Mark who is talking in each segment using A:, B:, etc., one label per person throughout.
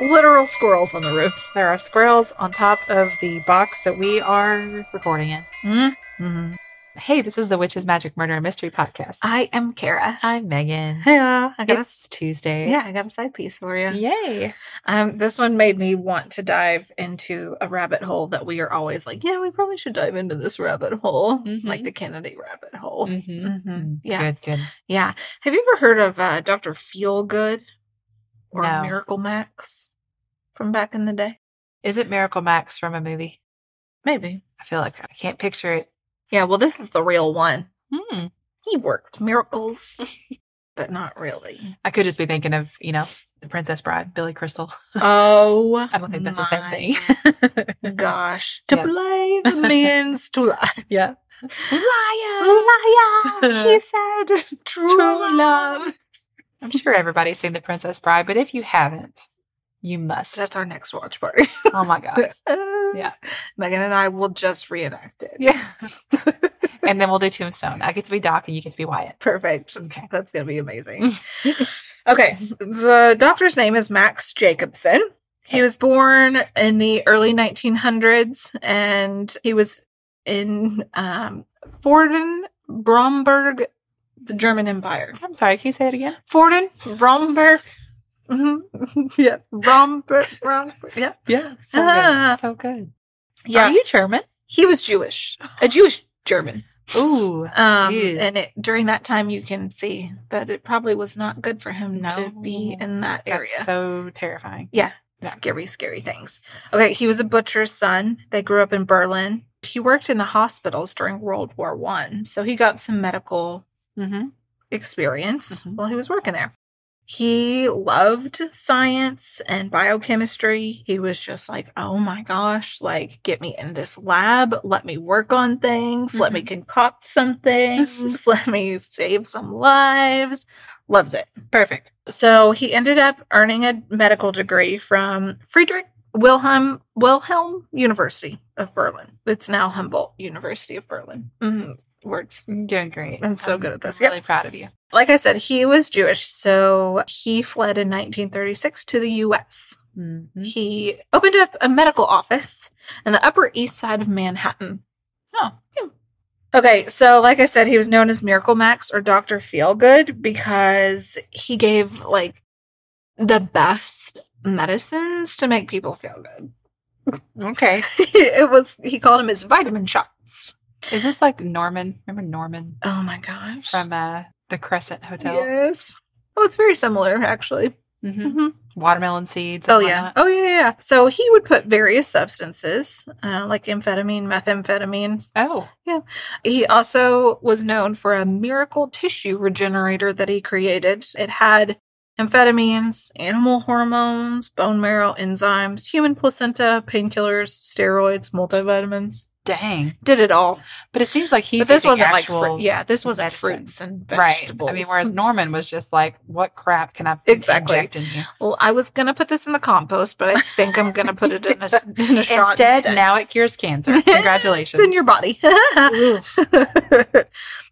A: literal squirrels on the roof.
B: There are squirrels on top of the box that we are recording in.
A: Mm-hmm.
B: Hey, this is the Witch's Magic Murder and Mystery Podcast.
A: I am Kara.
B: I'm Megan.
A: Yeah, I got
B: It's Tuesday.
A: a, yeah, I got a side piece for you.
B: Yay.
A: Um, this one made me want to dive into a rabbit hole that we are always like, yeah, we probably should dive into this rabbit hole,
B: Mhm.
A: like the Kennedy rabbit hole.
B: Mm-hmm.
A: Mhm. Yeah,
B: Good, good.
A: yeah. Have you ever heard of uh, Doctor Feelgood or
B: No.
A: Miracle Max from back in the day?
B: Is it Miracle Max from a movie?
A: Maybe.
B: I feel like I can't picture it.
A: Yeah. Well, this is the real one.
B: Hmm.
A: he worked miracles, but not really.
B: I could just be thinking of, you know, The Princess Bride, Billy Crystal.
A: Oh,
B: I don't think that's the same
A: my
B: thing.
A: Gosh, to
B: Yeah.
A: play the means to lie.
B: yeah. Liar.
A: Liar, he said. True,
B: True
A: love.
B: love. I'm sure everybody's seen The Princess Bride, but if you haven't, you must.
A: That's our next watch party.
B: oh my God.
A: yeah, Megan and I will just reenact it.
B: Yes. and then we'll do Tombstone. I get to be Doc and you get to be Wyatt.
A: perfect.
B: Okay.
A: That's gonna be amazing. okay, the doctor's name is Max Jacobson. He was born in the early 1900s, and he was in um, Forden Bromberg, the German Empire.
B: I'm sorry. Can you say it again?
A: Forden Bromberg. Mhm. yeah, Bromberg. Bromberg. Yeah,
B: Yeah. So
A: Ah.
B: good. So good. Are
A: yeah.
B: you German?
A: He was Jewish, a Jewish German.
B: Ooh.
A: Um,
B: Ew.
A: and it, during that time, you can see that it probably was not good for him to be
B: No.
A: in that area.
B: That's so terrifying. yeah.
A: Scary, scary things. Okay, he was a butcher's son. They grew up in Berlin. He worked in the hospitals during World War One, so he got some medical
B: Mm-hmm.
A: experience
B: Mhm.
A: while he was working there. He loved science and biochemistry. He was just like, oh my gosh, like, get me in this lab. Let me work on things. Let me concoct some things. let me save some lives. Loves it.
B: Perfect.
A: So he ended up earning a medical degree from Friedrich Wilhelm Wilhelm University of Berlin. It's now Humboldt University of Berlin. Mm, words.
B: You're doing great.
A: I'm so good at this.
B: I'm really proud of you.
A: Like I said, he was Jewish, so he fled in 1936 to the U.S.
B: Mm-hmm.
A: He opened up a medical office in the Upper East Side of Manhattan.
B: Oh.
A: Yeah. Okay, so like I said, he was known as Miracle Max or Dr. Feelgood because he gave like the best medicines to make people feel good.
B: Okay.
A: it was he called him his vitamin shots.
B: Is this like Norman? Remember Norman
A: Oh my gosh.
B: from uh, the Crescent Hotel?
A: yes. Oh, it's very similar actually.
B: Mm-hmm.
A: Mm-hmm.
B: Watermelon seeds. and
A: Oh yeah.
B: whatnot.
A: Oh yeah, yeah, yeah. So he would put various substances, uh, like amphetamine, methamphetamines.
B: Oh.
A: He also was known for a miracle tissue regenerator that he created. It had amphetamines, animal hormones, bone marrow enzymes, human placenta, painkillers, steroids, multivitamins.
B: Dang.
A: Did it all.
B: But it seems like he's
A: but this
B: using
A: wasn't
B: actual,
A: like fru- yeah, this wasn't
B: medicine.
A: fruits and
B: Right.
A: vegetables.
B: I mean, whereas Norman was just like, what crap can I
A: Exactly.
B: inject in you?
A: well, I was gonna put this in the compost, but I think I'm gonna put it in a, s- in a shot
B: Instead,
A: instead.
B: now it cures cancer. Congratulations.
A: It's in your body.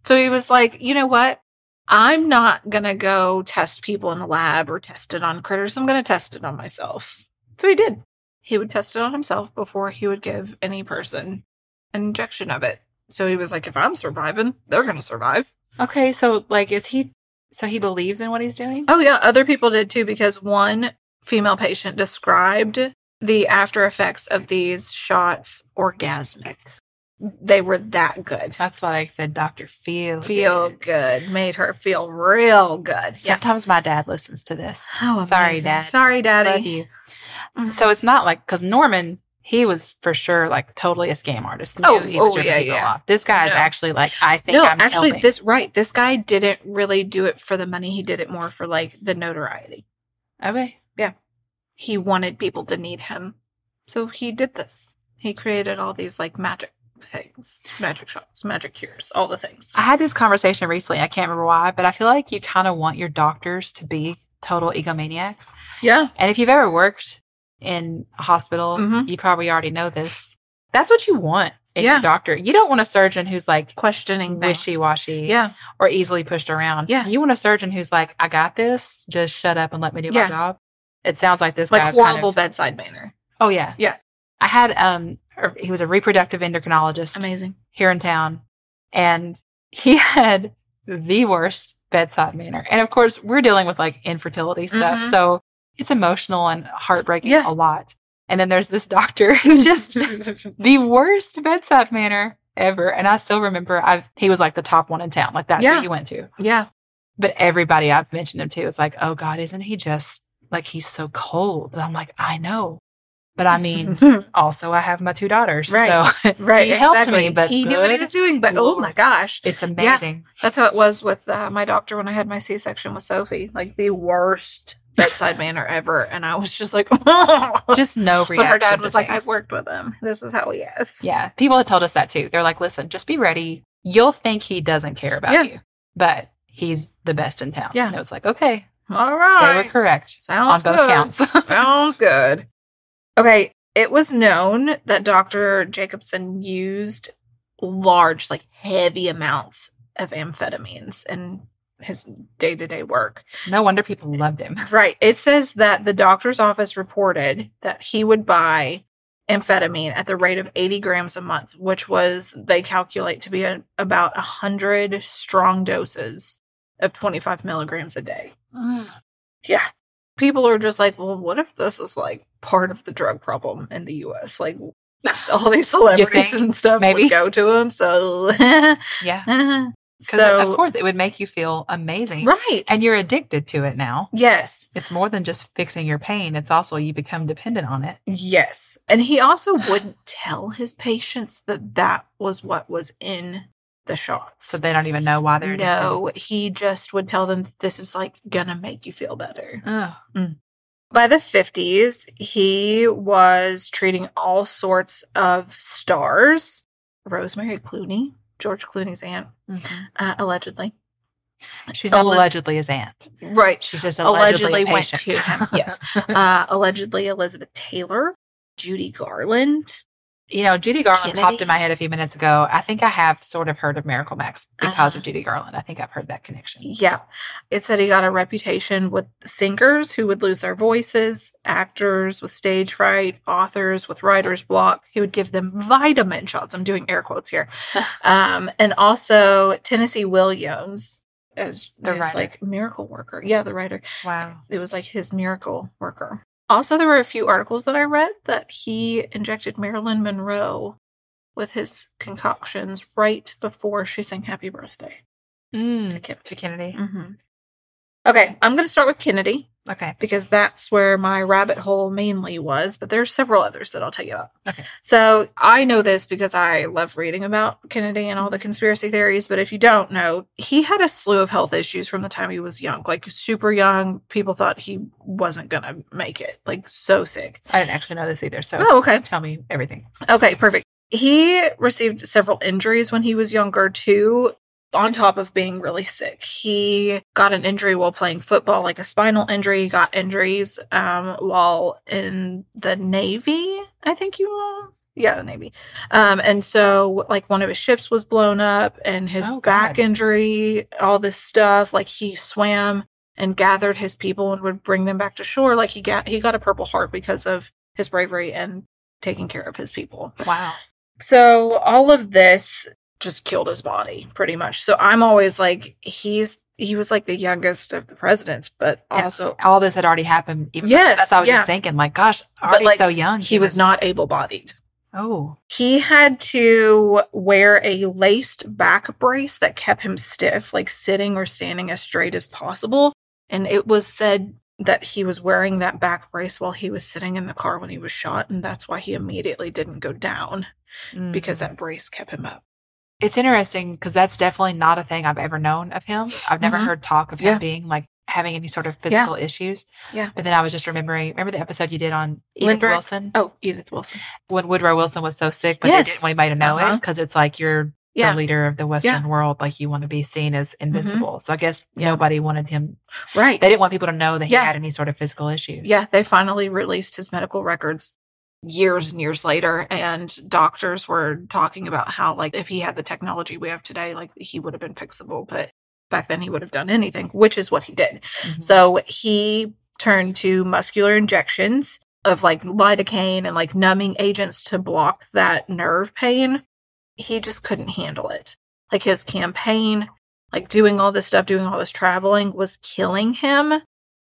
A: so he was like, you know what? I'm not going to go test people in a lab or test it on critters. I'm going to test it on myself. So he did. He would test it on himself before he would give any person an injection of it. So he was like, if I'm surviving, they're going to survive.
B: Okay, so like, is he? So he believes in what he's doing.
A: Oh, yeah. Other people did too, because one female patient described the after effects of these shots orgasmic. They were that good.
B: That's why I said Doctor Feel.
A: feel good. Made her feel real good.
B: Sometimes my dad listens to this.
A: Oh,
B: Sorry,
A: amazing.
B: Dad.
A: Sorry,
B: Love
A: Daddy.
B: you.
A: Mhm.
B: So it's not like because Norman, he was for sure like totally a scam artist. Knew
A: Oh,
B: he was
A: oh,
B: ripping
A: yeah,
B: people
A: yeah.
B: off. This guy is
A: No.
B: actually like, I think
A: no,
B: I'm
A: actually,
B: helping.
A: this right. This guy didn't really do it for the money. He did it more for like the notoriety.
B: okay.
A: He wanted people to need him, so he did this. He created all these like magic things, magic shots, magic cures, all the things.
B: I had this conversation recently. I can't remember why, but I feel like you kind of want your doctors to be total egomaniacs.
A: Yeah,
B: And if you've ever worked in a hospital,
A: Mhm.
B: you probably already know this. That's what you want in
A: Yeah.
B: your doctor. You don't want a surgeon who's like
A: questioning things.
B: wishy washy
A: Yeah,
B: or easily pushed around.
A: Yeah.
B: You want a surgeon who's like, I got this, just shut up and let me do
A: Yeah.
B: my job. it sounds like this
A: like
B: guy's
A: horrible
B: kind of,
A: bedside manner.
B: Oh yeah,
A: Yeah.
B: I had um, or he was a reproductive endocrinologist
A: Amazing.
B: here in town, and he had the worst bedside manner. And of course, we're dealing with like infertility stuff,
A: Mhm.
B: so it's emotional and heartbreaking
A: Yeah.
B: a lot. And then there's this doctor who just the worst bedside manner ever. And I still remember I he was like the top one in town, like that's
A: Yeah.
B: who you went to.
A: yeah.
B: But everybody I've mentioned him to is like, oh God, isn't he just like he's so cold? And I'm like, I know. But I mean, also I have my two daughters.
A: Right.
B: So
A: right.
B: he helped
A: exactly.
B: me, but
A: he knew what he
B: good
A: was doing. But oh my
B: Lord.
A: gosh,
B: it's amazing.
A: that's how it was with uh, my doctor when I had my C section with Sophie. Like the worst bedside manner ever, and I was just like, but
B: Just no reaction.
A: her dad
B: to
A: was like,
B: things.
A: I've worked with him. This is how he is.
B: Yeah. People had told us that too. They're like, listen, just be ready. You'll think he doesn't care about
A: Yeah.
B: you, but he's the best in town.
A: Yeah.
B: And it was like, okay,
A: All
B: they
A: right.
B: were correct
A: Sounds
B: on
A: good.
B: both counts.
A: Sounds good. Okay. It was known that Dr. Jacobson used large, like heavy amounts of amphetamines in his day to day work.
B: no wonder people loved him.
A: Right. It says that the doctor's office reported that he would buy amphetamine at the rate of 80 grams a month, which was, they calculate to be a, about 100 strong doses of 25 milligrams a day. Yeah. People are just like, well, what if this is like part of the drug problem in the US? Like all these celebrities
B: think?
A: and stuff
B: Maybe.
A: would go to him. So,
B: Yeah. Because
A: so
B: of course it would make you feel amazing.
A: right.
B: And you're addicted to it now.
A: yes.
B: It's more than just fixing your pain. It's also you become dependent on it.
A: Yes. And he also wouldn't tell his patients that that was what was in the shots.
B: So they don't even know why they're
A: no, he just would tell them this is like gonna make you feel better.
B: addicted. Ugh.
A: by the 50s, he was treating all sorts of stars. Rosemary Clooney, George Clooney's aunt, uh, allegedly.
B: She's not
A: Eliz-
B: allegedly his aunt.
A: Right.
B: She's just allegedly,
A: Allegedly
B: a
A: went
B: patient.
A: to him, yes. Uh, allegedly Elizabeth Taylor, Judy Garland.
B: You know, Judy Garland
A: Kennedy.
B: popped in my head a few minutes ago. I think I have sort of heard of Miracle Max because
A: Uh-huh.
B: of Judy Garland. I think I've heard that connection.
A: Yeah. It said he got a reputation with singers who would lose their voices, actors with stage fright, authors with writer's block. He would give them vitamin shots. I'm doing air quotes here. um, and also Tennessee Williams as
B: The
A: his,
B: writer. Oh.
A: like miracle worker. Yeah, the writer.
B: Wow.
A: It was like his miracle worker. Also, there were a few articles that I read that he injected Marilyn Monroe with his concoctions right before she sang Happy Birthday to
B: Mm.
A: Kennedy.
B: To Kennedy.
A: Mm-hmm. Okay, I'm going to start with Kennedy
B: Okay.
A: because that's where my rabbit hole mainly was, but there's several others that I'll tell you about.
B: Okay.
A: So I know this because I love reading about Kennedy and all the conspiracy theories, but if you don't know, he had a slew of health issues from the time he was young, like super young. People thought he wasn't going to make it, like so sick.
B: I didn't actually know this either. So
A: Oh, okay.
B: tell me everything.
A: Okay, perfect. He received several injuries when he was younger, too, on top of being really sick. He got an injury while playing football, like a spinal injury. He got injuries um, while in the Navy, I think he was. Yeah, the Navy. Um, and so, like, one of his ships was blown up and his
B: Oh,
A: back
B: God.
A: injury, all this stuff. Like, he swam and gathered his people and would bring them back to shore. Like, he got, he got a Purple Heart because of his bravery and taking care of his people.
B: Wow.
A: So all of this just killed his body pretty much. So I'm always like he's he was like the youngest of the presidents, but
B: And
A: also
B: all this had already happened. Even
A: Yes,
B: that's what I was
A: yeah.
B: just thinking. Like, gosh, already
A: like,
B: so young.
A: he was not able-bodied.
B: Oh,
A: He had to wear a laced back brace that kept him stiff, like sitting or standing as straight as possible, and it was said that he was wearing that back brace while he was sitting in the car when he was shot, and that's why he immediately didn't go down because that brace kept him up.
B: it's interesting because that's definitely not a thing I've ever known of him. I've never
A: Mhm.
B: heard talk of him
A: Yeah.
B: being like having any sort of physical issues.
A: Yeah.
B: But then I was just remembering. Remember the episode you did on Edith
A: Lindbergh.
B: Wilson
A: Oh, Edith Wilson.
B: when Woodrow Wilson was so sick, but
A: Yes.
B: they didn't want anybody to know it
A: Uh-huh.
B: because it's like you're
A: Yeah. Mm-hmm.
B: the leader of the Western world. Like you want to be seen as invincible. So I guess
A: Yeah.
B: nobody wanted him.
A: Right.
B: They didn't want people to know that he
A: Yeah.
B: had any sort of physical issues.
A: Yeah, they finally released his medical records years and years later and doctors were talking about how like if he had the technology we have today like he would have
B: Mm-hmm.
A: been fixable but back then he would have done anything which is what he did
B: Mhm.
A: so he turn to muscular injections of like lidocaine and like numbing agents to block that nerve pain. He just couldn't handle it. Like his campaign, like doing all this stuff, doing all this traveling was killing him.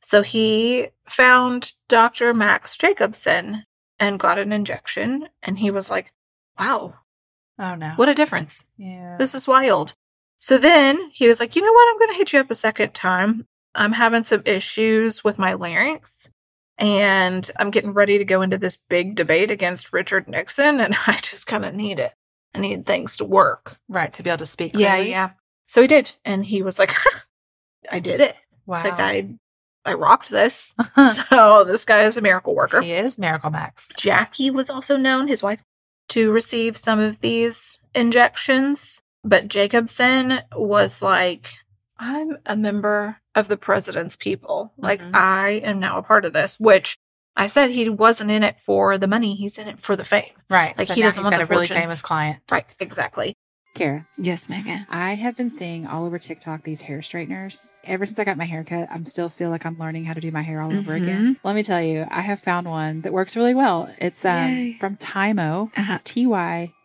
A: So he found Dr. Max Jacobson and got an injection. And he was like, wow,
C: Oh no.
A: what a difference.
C: Yeah.
A: This is wild. So then he was like, you know what? I'm going to hit you up a second time. I'm having some issues with my larynx and I'm getting ready to go into this big debate against Richard Nixon and I just kind of need it. I need things to work.
C: right to be able to speak. clearly?
A: yeah. So he did. And he was like, I did it.
C: Wow.
A: Like I, I rocked this. so this guy is a miracle worker.
C: He is Miracle Max.
A: Jackie was also known, his wife, to receive some of these injections. But Jacobson was like, I'm a member of the president's people. Like,
D: Mm-hmm.
C: Mhm.
A: I am now a part of this, which I said he wasn't in it for the money. He's in it for the fame.
C: Right.
A: Like,
C: so
A: he
C: now
A: doesn't
C: he's
A: want
C: got a
A: the
C: really
A: fortune.
C: famous client.
A: Right. Exactly.
B: Kara,
D: Yes, Megan.
B: I have been seeing all over TikTok these hair straighteners. Ever since I got my hair cut, I'm still feel like I'm learning how to do my hair all
D: Mm-hmm.
B: over
A: Mhm.
B: again. Let me tell you, I have found one that works really well. It's um,
D: Yay.
B: from Tymo,
D: Uh-huh.
B: T Y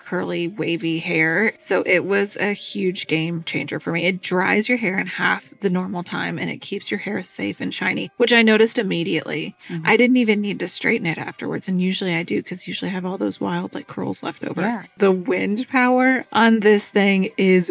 D: curly, wavy hair. So it was a huge game changer for me. It dries your hair in half the normal time and it keeps your hair safe and shiny, which I noticed immediately.
B: Mhm.
D: I didn't even need to straighten it afterwards. And usually I do because usually I have all those wild like curls left over.
B: Yeah.
D: The wind power on this thing is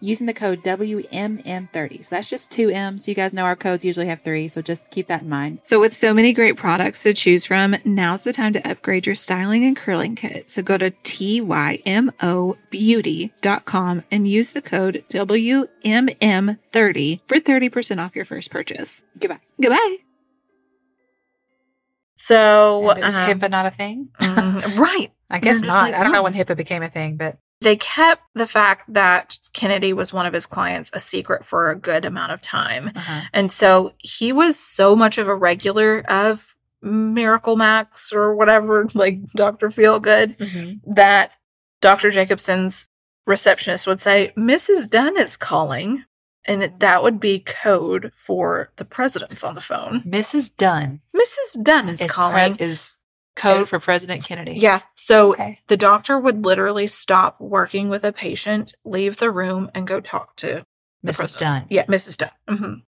B: using the code WMM30. So that's just two M's. You guys know our codes usually have three, so just keep that in mind.
D: So, with so many great products to choose from, now's the time to upgrade your styling and curling kit. So, go to TYMOBeauty.com and use the code WMM30 for 30% off your first purchase.
B: Goodbye.
D: Goodbye.
A: So,
C: And it was
A: um,
C: HIPAA not a thing?
A: mm, right.
C: I guess
A: just
C: not.
A: like,
C: I don't know
A: oh.
C: when HIPAA became a thing, but
A: They kept the fact that Kennedy was one of his clients a secret for a good amount of time.
C: uh-huh.
A: And so he was so much of a regular of Miracle Max or whatever, like Dr. Feelgood, that Dr. Jacobson's receptionist would say, Mrs. Dunn is calling. And that would be code for the president's on the phone.
C: Mrs. Dunn
A: Mrs. Dunn is,
C: is
A: calling.
C: pre- is code for President Kennedy.
A: Yeah. So
C: Okay.
A: the doctor would literally stop working with a patient, leave the room, and go talk to, The
C: Mrs.
A: president.
C: Dunn.
A: yeah, Mrs. Dunn. hmm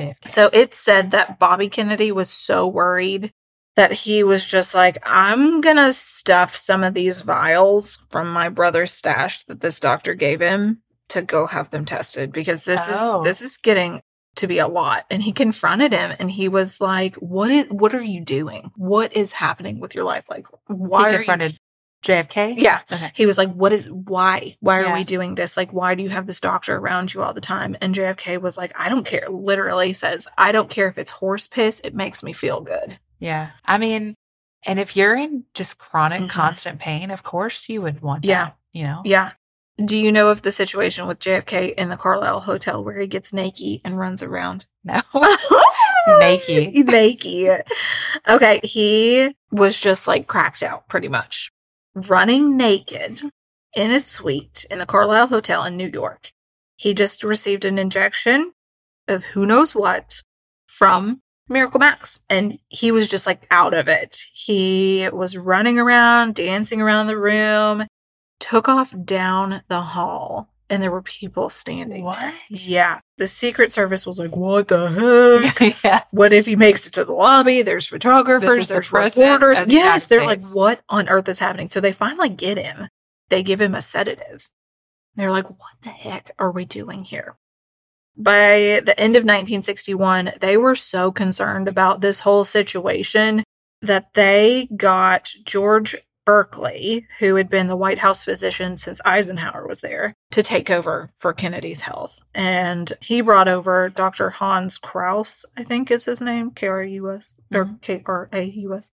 C: JFK.
A: So it said that Bobby Kennedy was so worried that he was just like, I'm gonna stuff some of these vials from my brother's stash that this doctor gave him to go have them tested because this
C: Oh.
A: is this is getting to be a lot. And he confronted him and he was like, What is what are you doing? What is happening with your life? Like why are
C: he
A: you-
C: confronted JFK.
A: Yeah.
C: Okay.
A: He was like, What is why? Why are
C: Yeah.
A: we doing this? Like, why do you have this doctor around you all the time? And JFK was like, I don't care. Literally says, I don't care if it's horse piss, it makes me feel good.
C: Yeah. I mean, and if you're in just chronic,
A: Mhm.
C: constant pain, of course you would want
A: Yeah.
C: that, you know?
A: Yeah. Do you know of the situation with JFK in the Carlisle Hotel where he gets naked and runs around?
C: No. Naked.
A: naked. Okay. He was just like cracked out pretty much. running naked in his suite in the Carlisle Hotel in New York. He just received an injection of who knows what from Miracle Max. And he was just like out of it. He was running around, dancing around the room, took off down the hall, and there were people standing.
B: What?
A: Yeah. The Secret Service was like, what the heck?
B: yeah.
A: What if he makes it to the lobby? There's
B: This
A: photographers,
B: is the
A: there's
B: president
A: reporters.
B: of the
A: yes,
B: United
A: they're like,
B: States.
A: what on earth is happening? So they finally get him. They give him a sedative. They're like, what the heck are we doing here? By the end of 1961, they were so concerned about this whole situation that they got George Berkeley, who had been the White House physician since Eisenhower was there, to take over for Kennedy's health. And he brought over Dr. Hans Kraus, I think is his name, K R U S,
B: Mm-hmm.
A: or K R A U S.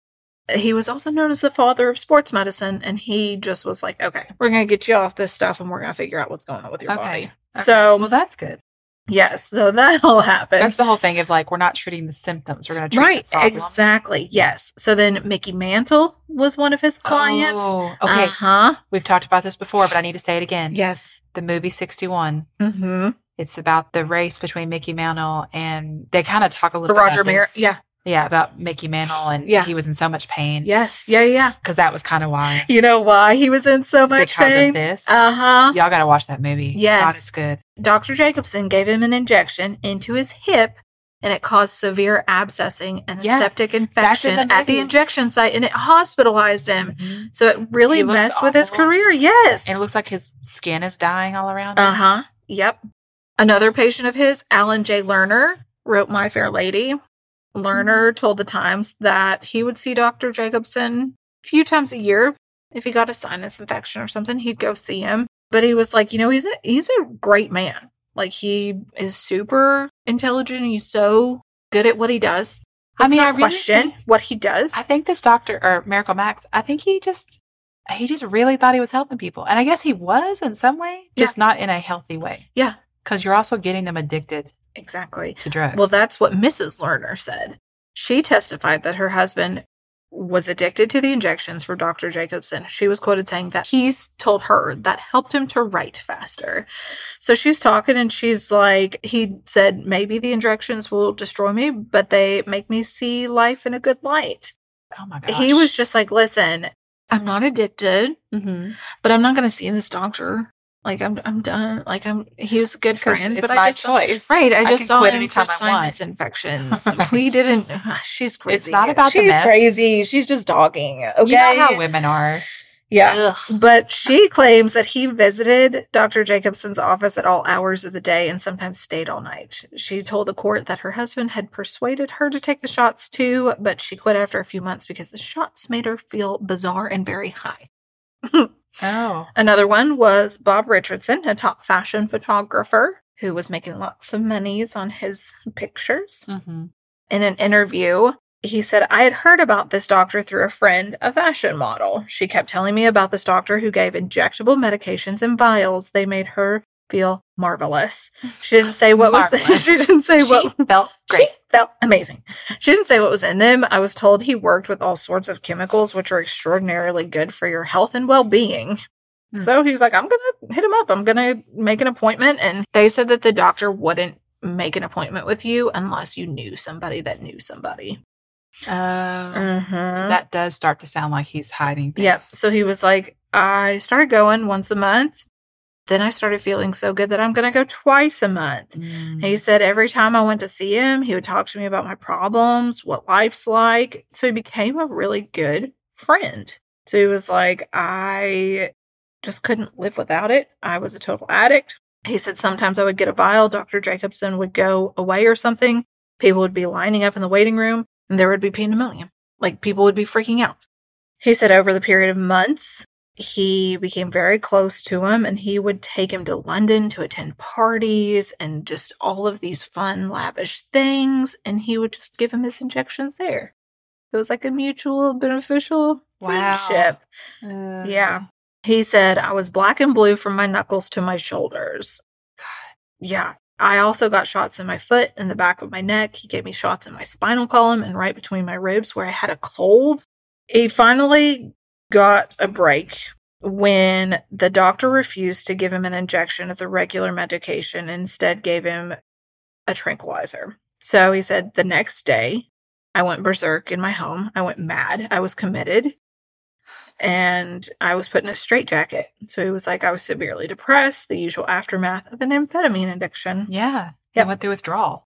A: He was also known as the father of sports medicine. And he just was like, okay, we're going to get you off this stuff and we're going to figure out what's going on with your
B: Okay.
A: body.
B: Okay.
A: So,
B: Well, that's good.
A: yes, so that all happened.
B: That's the whole thing of like we're not treating the symptoms. We're going to treat
A: right,
B: the problem.
A: exactly. Yes. So then Mickey Mantle was one of his clients. Uh-huh.
B: Oh, okay.
A: huh.
B: We've talked about this before, but I need to say it again.
A: Yes.
B: The movie 61.
A: Mm-hmm.
B: It's about the race between Mickey Mantle and they kind of talk a little
A: Roger
B: about
A: Mayer.
B: this.
A: Yeah.
B: Yeah, about Mickey Mantle and
A: Yeah.
B: he was in so much pain.
A: Yes. Yeah. Yeah.
B: Because that was kind of why.
A: You know why he was in so much
B: because
A: pain?
B: of this.
A: Uh huh.
B: Y'all got to watch that movie.
A: Yes.
B: God, it's good.
A: Dr. Jacobson gave him an injection into his hip and it caused severe abscessing and a
B: Yeah.
A: septic
B: That's in
A: infection
B: the
A: at the
B: movie.
A: injection site and it hospitalized him. So it really
B: He looks
A: messed with his
B: awful.
A: career. Yes.
B: And it looks like his skin is dying all around. him.
A: Uh huh. Yep. Another patient of his, Alan J. Lerner, wrote My Fair Lady.
B: Mm-hmm.
A: Lerner told the Times that he would see Dr. Jacobson a few times a year. If he got a sinus infection or something, he'd go see him. But he was like, you know, he's a, he's a great man. Like he is super intelligent. He's so good at what he does.
B: I
A: Let's
B: mean,
A: not
B: I really
A: question
B: think-
A: what he does.
B: I think this doctor or Miracle Max, I think he just he just really thought he was helping people. And I guess he was in some way, just not in a healthy way.
A: Yeah.
B: Cuz you're also getting them addicted
A: exactly.
B: to drugs.
A: Well, that's what Mrs. Lerner said. She testified that her husband was addicted to the injections from Dr. Jacobson. She was quoted saying that he's told her that helped him to write faster. So she's talking and she's like, he said, maybe the injections will destroy me, but they make me see life in a good light.
B: Oh my gosh.
A: He was just like, listen, I'm not addicted,
B: Mhm.
A: but I'm not going to see this doctor. Like I'm, I'm done. Like I'm. He was a good
B: 'Cause
A: friend,
B: it's
A: but I
B: my
A: just
B: choice.
A: Right. I
B: I
A: just
B: can
A: saw
B: quit
A: him for
B: anytime I
A: sinus
B: want.
A: infections.
B: Right.
A: We didn't. ah, She's crazy.
B: not about the
A: She's
B: meth.
A: crazy. She's just dogging. Okay.
B: You know how women are.
A: yeah.
B: Ugh.
A: But she claims that he visited Dr. Jacobson's office at all hours of the day and sometimes stayed all night. She told the court that her husband had persuaded her to take the shots too, but she quit after a few months because the shots made her feel bizarre and very high.
B: Oh.
A: Another one was Bob Richardson, a top fashion photographer who was making lots of monies on his pictures.
B: Mm-hmm.
A: In an interview, he said, I had heard about this doctor through a friend, a fashion model. She kept telling me about this doctor who gave injectable medications and vials. They made her feel marvelous. She didn't say what was
B: Marvelous.
A: she didn't say what
B: she felt great.
A: she felt amazing. She didn't say what was in them. I was told he worked with all sorts of chemicals, which are extraordinarily good for your health and well being.
B: Hmm.
A: So he was like, I'm going to hit him up. I'm going to make an appointment. And they said that the doctor wouldn't make an appointment with you unless you knew somebody that knew somebody.
B: Oh.
A: Mm-hmm.
B: So that does start to sound like he's hiding things.
A: Yep. So he was like, I started going once a month. Then I started feeling so good that I'm going to go twice a month.
B: Mm.
A: He said every time I went to see him, he would talk to me about my problems, what life's like. So he became a really good friend. So he was like, I just couldn't live without it. I was a total addict. He said sometimes I would get a vial, Dr. Jacobson would go away or something. People would be lining up in the waiting room and there would be pandemonium. Like people would be freaking out. He said over the period of months, he became very close to him and he would take him to London to attend parties and just all of these fun, lavish things. And he would just give him his injections there. So it was like a mutual beneficial
B: Wow.
A: friendship.
B: Uh,
A: Yeah. He said, I was black and blue from my knuckles to my shoulders. Yeah. I also got shots in my foot and the back of my neck. He gave me shots in my spinal column and right between my ribs where I had a cold. He finally got a break when the doctor refused to give him an injection of the regular medication, instead gave him a tranquilizer. So he said, the next day, I went berserk in my home. I went mad. I was committed. And I was put in a straitjacket. So he was like, I was severely depressed, the usual aftermath of an amphetamine addiction.
B: Yeah.
A: Yep.
B: He went through withdrawal.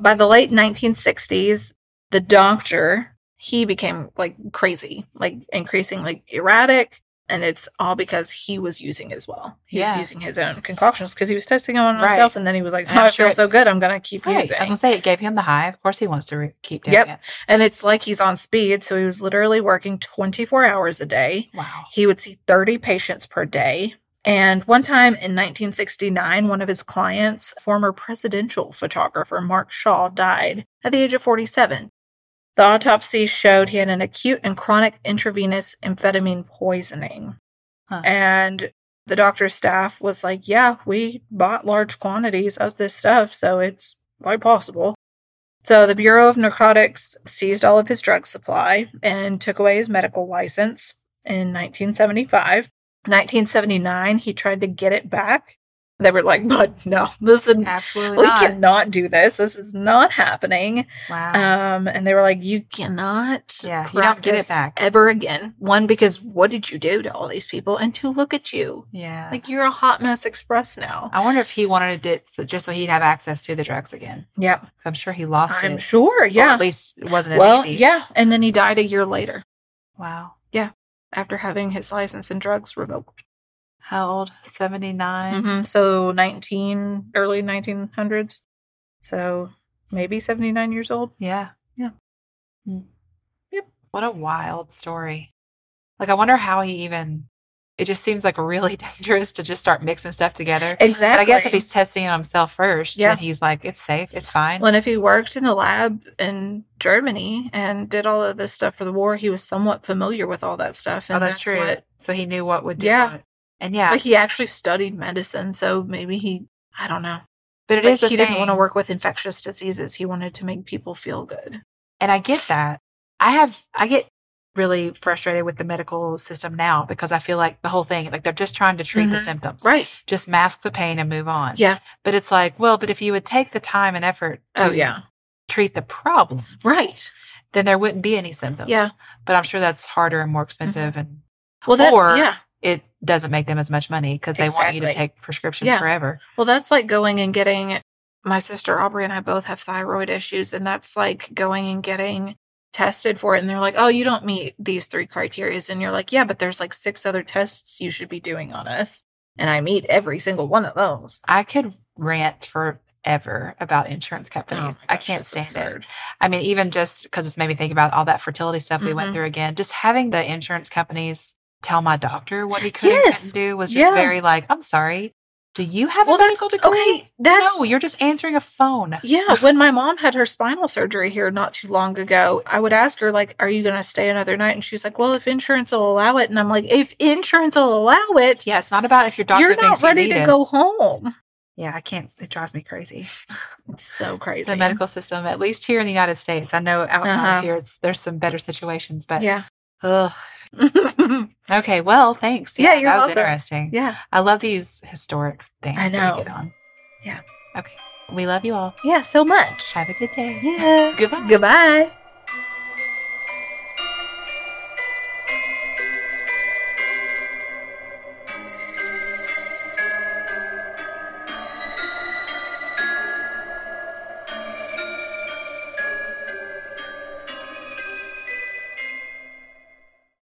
A: by the late 1960s the doctor he became like crazy like increasingly erratic and it's all because he was using as well he was
B: Yeah.
A: using his own concoctions because he was testing them on
B: Right.
A: himself and then he was like
B: And
A: oh,
B: I'm
A: i
B: sure
A: feel
B: it-
A: so good i'm gonna keep
B: Right.
A: using
B: I was gonna say it gave him the high. Of course, he wants to re- keep doing
A: Yep.
B: it.
A: and it's like he's on speed so he was literally working 24 hours a day
B: Wow.
A: he would see 30 patients per day. And one time in 1969, one of his clients, former presidential photographer Mark Shaw, died at the age of 47. The autopsy showed he had an acute and chronic intravenous amphetamine poisoning.
B: Huh.
A: And the doctor's staff was like, Yeah, we bought large quantities of this stuff, so it's quite possible. So the Bureau of Narcotics seized all of his drug supply and took away his medical license in 1975. 1979, he tried to get it back. They were like, but no, this is,
B: Absolutely
A: Mm. we
B: not.
A: cannot do this. This is not happening.
B: wow.
A: Um, and they were like, you cannot
B: Yeah, you don't get it
A: practice
B: back.
A: ever again. One, because what did you do to all these people? And two, look at you.
B: yeah.
A: Like you're a hot mess express now.
B: I wonder if he wanted it so, just so he'd have access to the drugs again.
A: Yep.
B: 'Cause I'm sure he lost
A: I'm
B: it.
A: sure.
B: Or
A: Yeah.
B: at least it wasn't as
A: Well,
B: easy.
A: yeah. And then he died a year later
B: Wow.
A: after having his license and drugs revoked.
B: How old? 79.
A: Mhm. So 19, early 1900s. So maybe 79 years old.
B: Yeah.
A: Yeah.
B: Mm.
A: Yep.
B: What a wild story. Like, I wonder how he even, it just seems like really dangerous to just start mixing stuff together.
A: Exactly.
B: But I guess if he's testing it on himself first,
A: Yeah.
B: then he's like, it's safe, it's fine.
A: well, and if he worked in the lab in Germany and did all of this stuff for the war, he was somewhat familiar with all that stuff. And
B: oh, that's, true.
A: What,
B: so he knew what would do.
A: Yeah.
B: it. And yeah,
A: Like he actually studied medicine, so maybe he. I don't know.
B: but it
A: Like,
B: is the
A: he
B: thing.
A: didn't want to work with infectious diseases. He wanted to make people feel good.
B: And I get that. I have, I get really frustrated with the medical system now because I feel like the whole thing, like they're just trying to treat the
A: Mhm.
B: symptoms,
A: Right.
B: just mask the pain and move on.
A: Yeah.
B: But it's like, well, but if you would take the time and effort to
A: Oh yeah.
B: treat the problem,
A: Right.
B: then there wouldn't be any symptoms.
A: Yeah. Mm-hmm.
B: But I'm sure that's harder and more expensive and
A: Well, that's
B: Or-
A: yeah.
B: it doesn't make them as much money because they want you to
A: Exactly.
B: take prescriptions
A: Yeah.
B: forever.
A: Well, that's like going and getting my sister Aubrey and I both have thyroid issues, and that's like going and getting tested for it. And they're like, oh, you don't meet these three criterias. And you're like, yeah, but there's like six other tests you should be doing on us. And I meet every single one of those.
B: I could rant forever about insurance companies.
A: Oh
B: I can't stand it. I mean, even just because it's made me think about all that fertility stuff we went
A: Mhm.
B: through again, just having the insurance companies tell my doctor what he could and
A: Yes.
B: couldn't do was just
A: Yeah.
B: very like, I'm sorry, do you have
A: Well,
B: a
A: that's
B: medical degree?
A: okay. That's
B: no, you're just answering a phone.
A: Yeah, when my mom had her spinal surgery here not too long ago, I would ask her like, "Are you going to stay another night?" And she's like, "Well, if insurance will allow it." And I'm like, "If insurance will allow it,
B: Yeah, it's not about if your doctor
A: you're
B: thinks
A: not ready
B: you need
A: to
B: it.
A: go home."
B: Yeah, I can't. It drives me crazy.
A: It's so crazy.
B: The medical system, at least here in the United States, I know outside
A: Uh-huh.
B: of here, it's, there's some better situations, but
A: yeah.
B: ugh. okay, well, thanks.
A: Yeah, you're
B: that was
A: welcome.
B: interesting.
A: yeah.
B: I love these historic things.
A: I
B: that we
A: know.
B: get on.
A: Yeah.
B: Okay. We love you all.
A: Yeah, so much.
B: Have a good day.
A: Yeah.
B: Goodbye.
A: Goodbye.